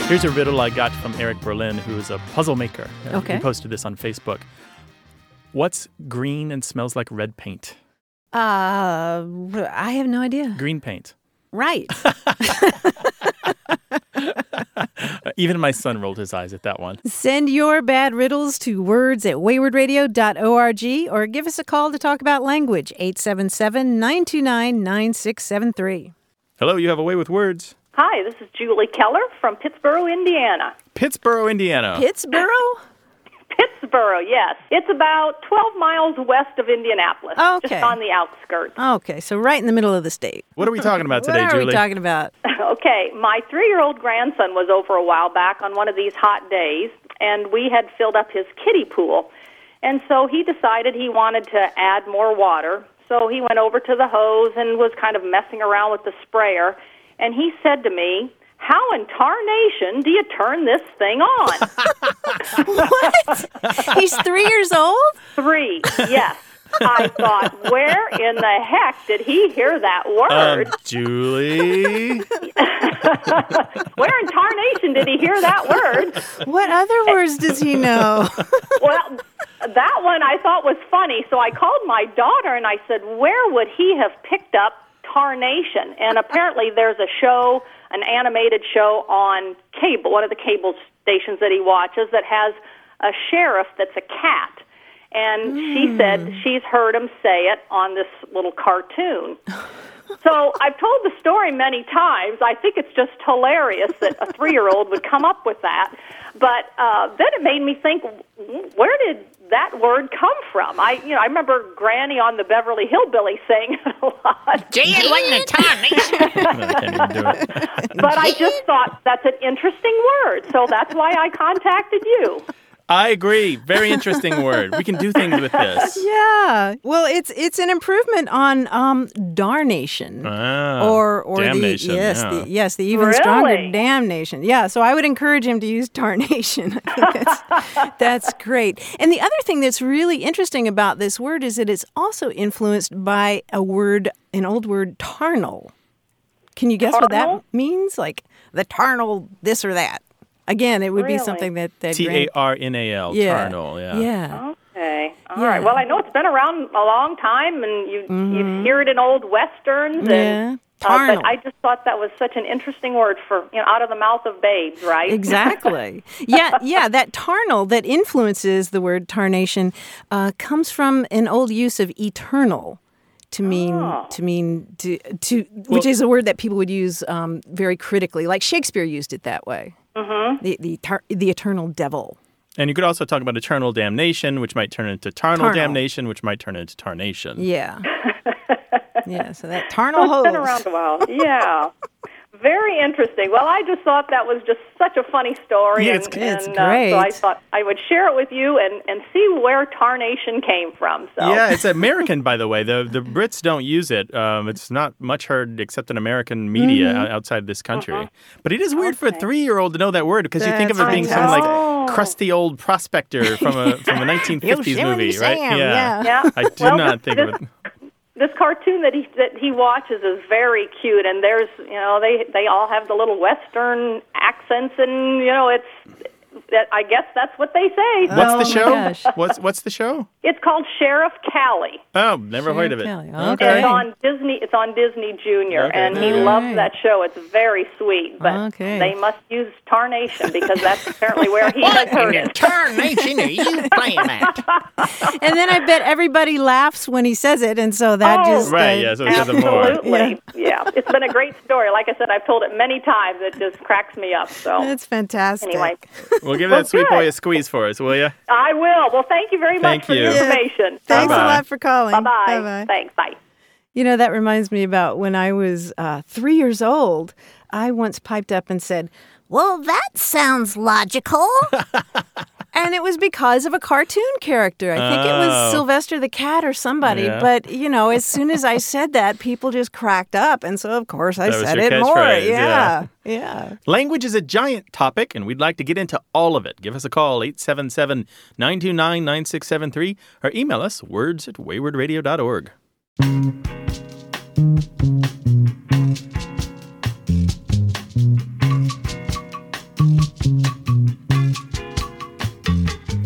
Here's a riddle I got from Eric Berlin, who is a puzzle maker. Uh,
Okay.
He posted this on Facebook. What's green and smells like red paint?
Uh, I have no idea.
Green paint.
Right.
Uh, even my son rolled his eyes at that one.
Send your bad riddles to words at waywardradio.org or give us a call to talk about language 877 929 9673.
Hello, you have a way with words.
Hi, this is Julie Keller from Pittsburgh, Indiana.
Pittsburgh, Indiana.
Pittsburgh?
Pittsburgh, yes. It's about 12 miles west of Indianapolis,
Okay.
just on the outskirts.
Okay, so right in the middle of the state.
what are we talking about
What
today,
are
Julie?
we talking about?
okay, my three year old grandson was over a while back on one of these hot days, and we had filled up his kiddie pool. And so he decided he wanted to add more water. So he went over to the hose and was kind of messing around with the sprayer. And he said to me, How in tarnation do you turn this thing on?
He's three years old?
Three, yes. I thought, where in the heck did he hear that
Um,
word?
Julie.
where in tarnation did he hear that word?
What other words does he know?
Well, that one I thought was funny, so I called my daughter and I said, where would he have picked up tarnation? And apparently there's a show, an animated show on cable, one of the cable stations that he watches that has a sheriff that's a cat. And she
Hmm.
said she's heard him say it on this little cartoon. So I've told the story many times. I think it's just hilarious that a three-year-old would come up with that. But uh, then it made me think, w- where did that word come from? I, you know, I remember Granny on the Beverly Hillbilly saying it a lot.
No, I can't even do it.
But I just thought that's an interesting word, so that's why I contacted you.
I agree. Very interesting word. We can do things with this.
yeah. Well, it's it's an improvement on um darnation.
Ah,
or or
damnation,
the yes,
yeah.
the E yes, the even stronger
Really?
damnation. Yeah, so I would encourage him to use tarnation. I think that's, that's great. And the other thing that's really interesting about this word is that it's also influenced by a word, an old word, tarnal. Can you guess what that
Tarnal?
means? Like the tarnal this or that. Again, it would be
Really?
something that that
T
grand-
A R N A L.
yeah.
Tarnal. Yeah.
Yeah. Mm-hmm.
Okay. All right. Well, I know it's been around a long time, and you you hear it in old westerns. And,
Yeah.
Uh,
Tarnal.
but I just thought that was such an interesting word for you know out of the mouth of babes, right?
Exactly. yeah, yeah. That tarnal that influences the word tarnation uh, comes from an old use of eternal. To mean
Ah.
to mean to to which is a word that people would use um, very critically, like Shakespeare used it that way. Mm-hmm. The the tar- the eternal devil.
And you could also talk about eternal damnation, which might turn into tarnal,
Tarnal.
damnation, which might turn into tarnation.
Yeah. yeah. So that
So
tarnal
it's been
hose.
around a while. Yeah. Very interesting. Well, I just thought that was just such a funny story.
Yeah, it's-
and,
it's
and, Uh, so I
great.
thought I would share it with you and, and see where tarnation came from. So
Yeah, it's American, by the way. The the Brits don't use it. Um, it's not much heard except in American media o-
Mm-hmm.
outside this country.
Uh-huh.
But it is weird for a three year old to know that word because you think of it
That's
being some like
fantastic.
crusty old prospector from a from a 1950s
Yosemite
movie, right?
Sam,
yeah.
I did
Well,
not think of it.
this cartoon that he that he watches is very cute and there's you know they they all have the little western accents and you know it's that I guess that's what they say. So
What's the
Oh my
show?
gosh.
What's what's the show?
it's called Sheriff Callie.
Oh, never heard of it.
Kelly.
And
Okay.
It's on Disney. It's on Disney Junior,
Okay.
and he
All
loves
right.
that show. It's very sweet, but
Okay.
they must use tarnation because that's apparently where he has heard it.
Tarnation, are you playing that?
and then I bet everybody laughs when he says it, and so that
Oh.
just
Right,
uh,
yeah, so it's even more.
Absolutely, yeah. It's been a great story. Like I said, I've told it many times. It just cracks me up. So
That's fantastic.
anyway,
We'll give that sweet boy a squeeze for us, will you?
I will. Well, thank you very
Thank
much for the
you.
Yeah.
information.
Thanks
Bye-bye.
a lot for calling.
Bye bye.
Bye-bye.
Thanks. Bye.
You know, that reminds me about when I was uh, three years old. I once piped up and said, Well, that sounds logical. and it was because of a cartoon character. I think it
Oh.
was Sylvester the Cat or somebody.
Yeah.
But, you know, as soon as I said that, people just cracked up. And so, of course, I
That was
said
your
it more.
catchphrase, yeah.
yeah. Yeah.
Language is a giant topic, and we'd like to get into all of it. Give us a call, 877 929 9673, or email us words at waywardradio.org.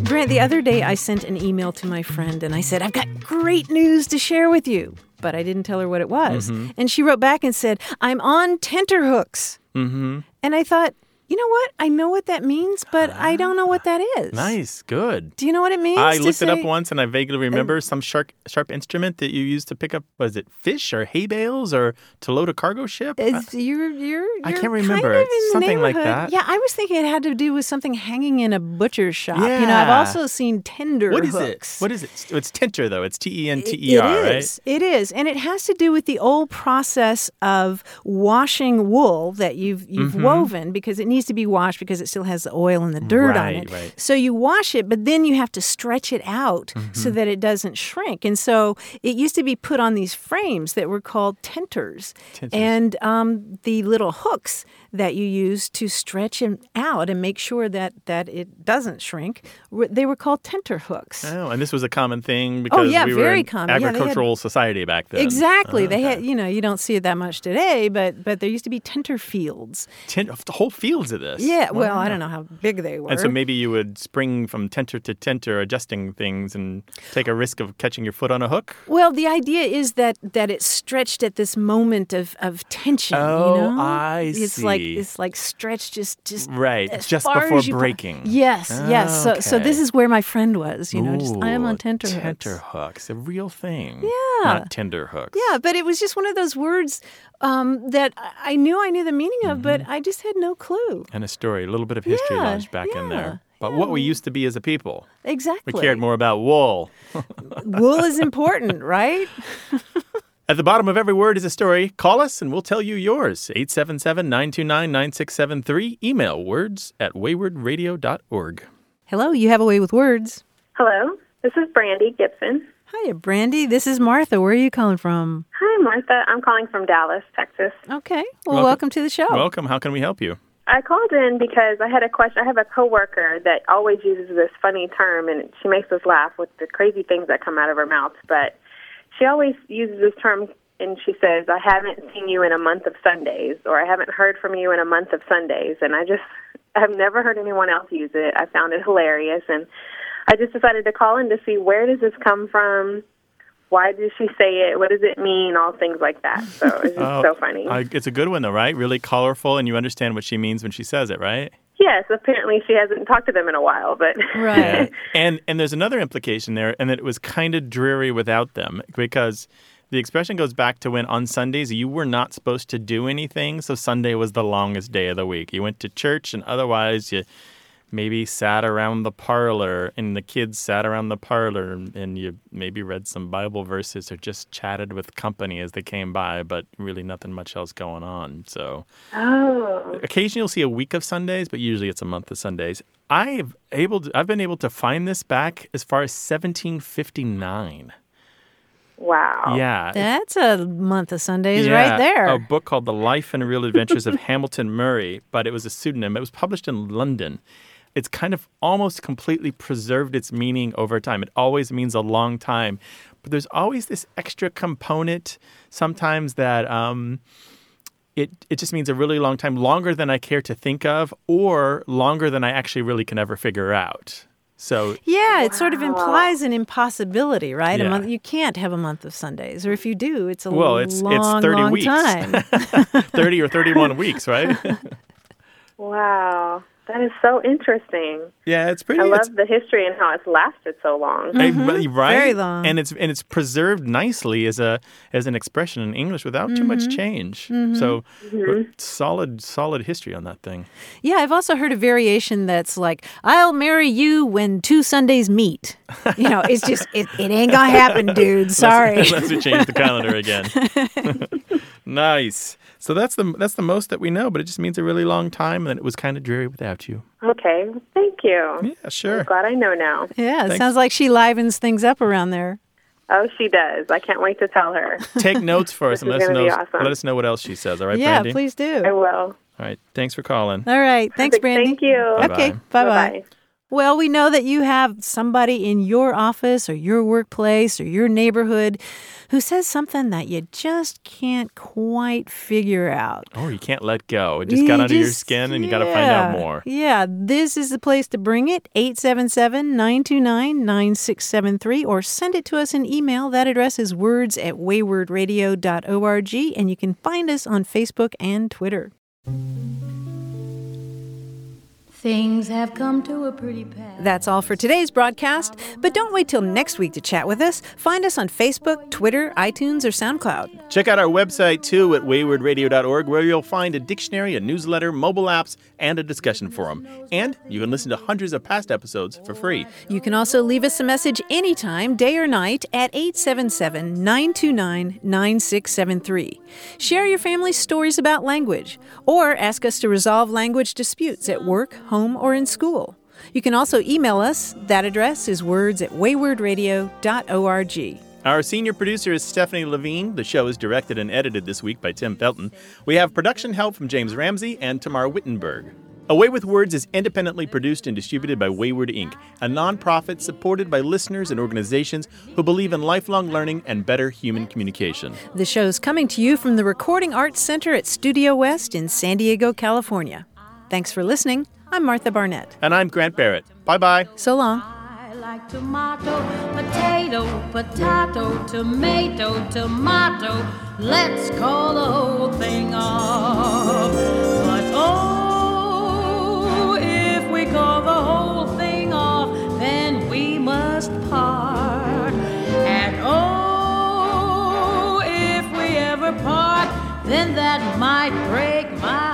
Grant, the other day I sent an email to my friend and I said, I've got great news to share with you. But I didn't tell her what it was.
Mm-hmm.
And she wrote back and said, I'm on tenterhooks. Mm-hmm. And I thought, you know what? I know what that means, but I don't know what that is.
Nice, good.
Do you know what it means?
I
to
looked it up
say-
once and I vaguely remember some sharp, sharp instrument that you used to pick up, was it fish or hay bales or to load a cargo ship? Uh,
It's, you're, you're,
I
you're
can't remember.
Kind of in
It's
the
something like
neighborhood.
that.
Yeah, I was thinking it had to do with something hanging in a butcher's shop. You know, I've
Yeah.
also seen tender
What is it?
hooks.
What is it? It's- It's Tinter, though. It's T E N T
It-
E R,
It
right?
is. It is, and it has to do with the old process of washing wool that you've you've
Mm-hmm.
woven because it needs to be washed because it still has the oil and the dirt on
Right,
it.
right.
So you wash it, but then you have to stretch it out so
Mm-hmm.
that it doesn't shrink. And so it used to be put on these frames that were called tenters, and um, the little hooks that you use to stretch it out and make sure that that it doesn't shrink. were- They were called tenter hooks.
Oh, and this was a common thing because
Oh, yeah,
we were
very
an
common. Yeah, they had-
agricultural society back then. Uh-huh.
Exactly. They had, you know, you don't see it that much today, but but there used to be tenter fields.
Tin- whole fields of this.
Yeah. Well, I don't know how big they were.
And so maybe you would spring from tenter to tenter, adjusting things, and take a risk of catching your foot on a hook.
well, the idea is that that it's stretched at this moment of of tension.
Oh,
you know?
I
It's like
see.
it's like stretched just just
Right,
as
just
far
before
as you po-
breaking.
Yes. Yes. So so this
Okay.
is where my friend was. You know, just I am on tenter.
Tenter hooks, a real thing. Yeah, not tender hooks.
Yeah, but it was just one of those words um, that I I knew I knew the meaning of,
Mm-hmm.
but I just had no clue.
and a story, a little bit of history
Yeah,
lodged back in there. But what we used to be as a people, we
Exactly.
cared more about wool.
Wool is important, right?
At the bottom of every word is a story. Call us and we'll tell you yours. 877 929 9673. Email words at waywardradio.org.
Hello, you have a way with words.
Hello, this is Brandy Gibson.
Hiya, Brandy. This is Martha. Where are you calling from?
Hi, Martha. I'm calling from Dallas, Texas.
Okay. Well,
Welcome.
welcome, to the show.
Welcome. How can we help you?
I called in because I had a question. I have a coworker that always uses this funny term, and she makes us laugh with the crazy things that come out of her mouth. But she always uses this term, and she says, "I haven't seen you in a month of Sundays," or "I haven't heard from you in a month of Sundays." And I just, I've never heard anyone else use it. I found it hilarious, and I just decided to call in to see where does this come from? Why did she say it? What does it mean? All things like that. So it's just
Oh,
so funny.
I- it's a good one, though, right? Really colorful, and you understand what she means when she says it, right?
yes, apparently she hasn't talked to them in a while, but
Yeah. and and there's another implication there, and that it was kind of dreary without them because the expression goes back to when on Sundays you were not supposed to do anything, so Sunday was the longest day of the week. You went to church, and otherwise you maybe sat around the parlor, and the kids sat around the parlor, and and you maybe read some Bible verses or just chatted with company as they came by, but really nothing much else going on. So.
oh,
Occasionally, you'll see a week of Sundays, but usually it's a month of Sundays. I've able to, I've been able to find this back as far as 1759.
wow.
yeah, Uh, it's-
That's a month of Sundays
yeah,
right there.
A book called The Life and Real Adventures of Hamilton Murray, but it was a pseudonym. It was published in London. It's kind of almost completely preserved its meaning over time. It always means a long time, but there's always this extra component sometimes that um, it it just means a really long time, longer than I care to think of, or longer than I actually really can ever figure out. So
Yeah, it sort of implies an impossibility, right?
Yeah.
A month you can't have a month of Sundays, or if you do, it's a
Well, it's- it's
long,
30
long
weeks.
time.
30 or 31 weeks, right?
Wow. That is so interesting.
yeah, it's pretty.
I
it's-
love the history and how it's lasted so long.
Eh, but- right?
Mm-hmm. Very long.
and it's and it's preserved nicely as a as an expression in English without too much
Mm-hmm.
change. So
Mm-hmm.
solid solid history on that thing.
Yeah, I've also heard a variation that's like, "I'll marry you when two Sundays meet." You know, it's just it, it ain't gonna happen, dude. Sorry.
Unless we change the calendar again. nice. So that's the that's the most that we know, but it just means a really long time, and it was kind of dreary without you.
Okay. Thank you.
Yeah, sure.
I'm glad I know now.
Yeah,
Thanks.
it sounds like she livens things up around there.
Oh, she does. I can't wait to tell her.
Take notes for us
This
and
is
let us
gonna
know
be awesome.
let us know what else she says. All right,
yeah,
Brandy.
please
I
do.
will.
All right, thanks for calling.
All right, thanks,
Perfect.
Brandy.
Thank you.
Okay, bye bye. Well, we know that you have somebody in your office or your workplace or your neighborhood who says something that you just can't quite figure out.
Oh, you can't let go. It just got
You
under your
just-
skin, and you got to find out
yeah.
more.
Yeah, this is the place to bring it 877 929 9673 or send it to us in email. That address is words at waywardradio.org and you can find us on Facebook and Twitter.
Things have come to a pretty pass.
That's all for today's broadcast, but don't wait till next week to chat with us. Find us on Facebook, Twitter, iTunes, or SoundCloud.
Check out our website too at waywardradio.org, where you'll find a dictionary, a newsletter, mobile apps, and a discussion forum. And you can listen to hundreds of past episodes for free.
You can also leave us a message anytime, day or night, at 877 929 9673. Share your family's stories about language, or ask us to resolve language disputes at work, home, or in school. You can also email us. That address is words at waywardradio.org.
Our senior producer is Stephanie Levine. The show is directed and edited this week by Tim Felton. We have production help from James Ramsey and Tamar Wittenberg. Away with Words is independently produced and distributed by Wayward Inc., a nonprofit supported by listeners and organizations who believe in lifelong learning and better human communication.
The show's coming to you from the Recording Arts Center at Studio West in San Diego, California. Thanks for listening. I'm Martha Barnett.
And I'm Grant Barrett. Bye bye.
So long.
I like tomato, potato, potato, tomato, tomato. Let's call the whole thing off. But oh, if we call the whole thing off, then we must part. And oh, if we ever part, then that might break my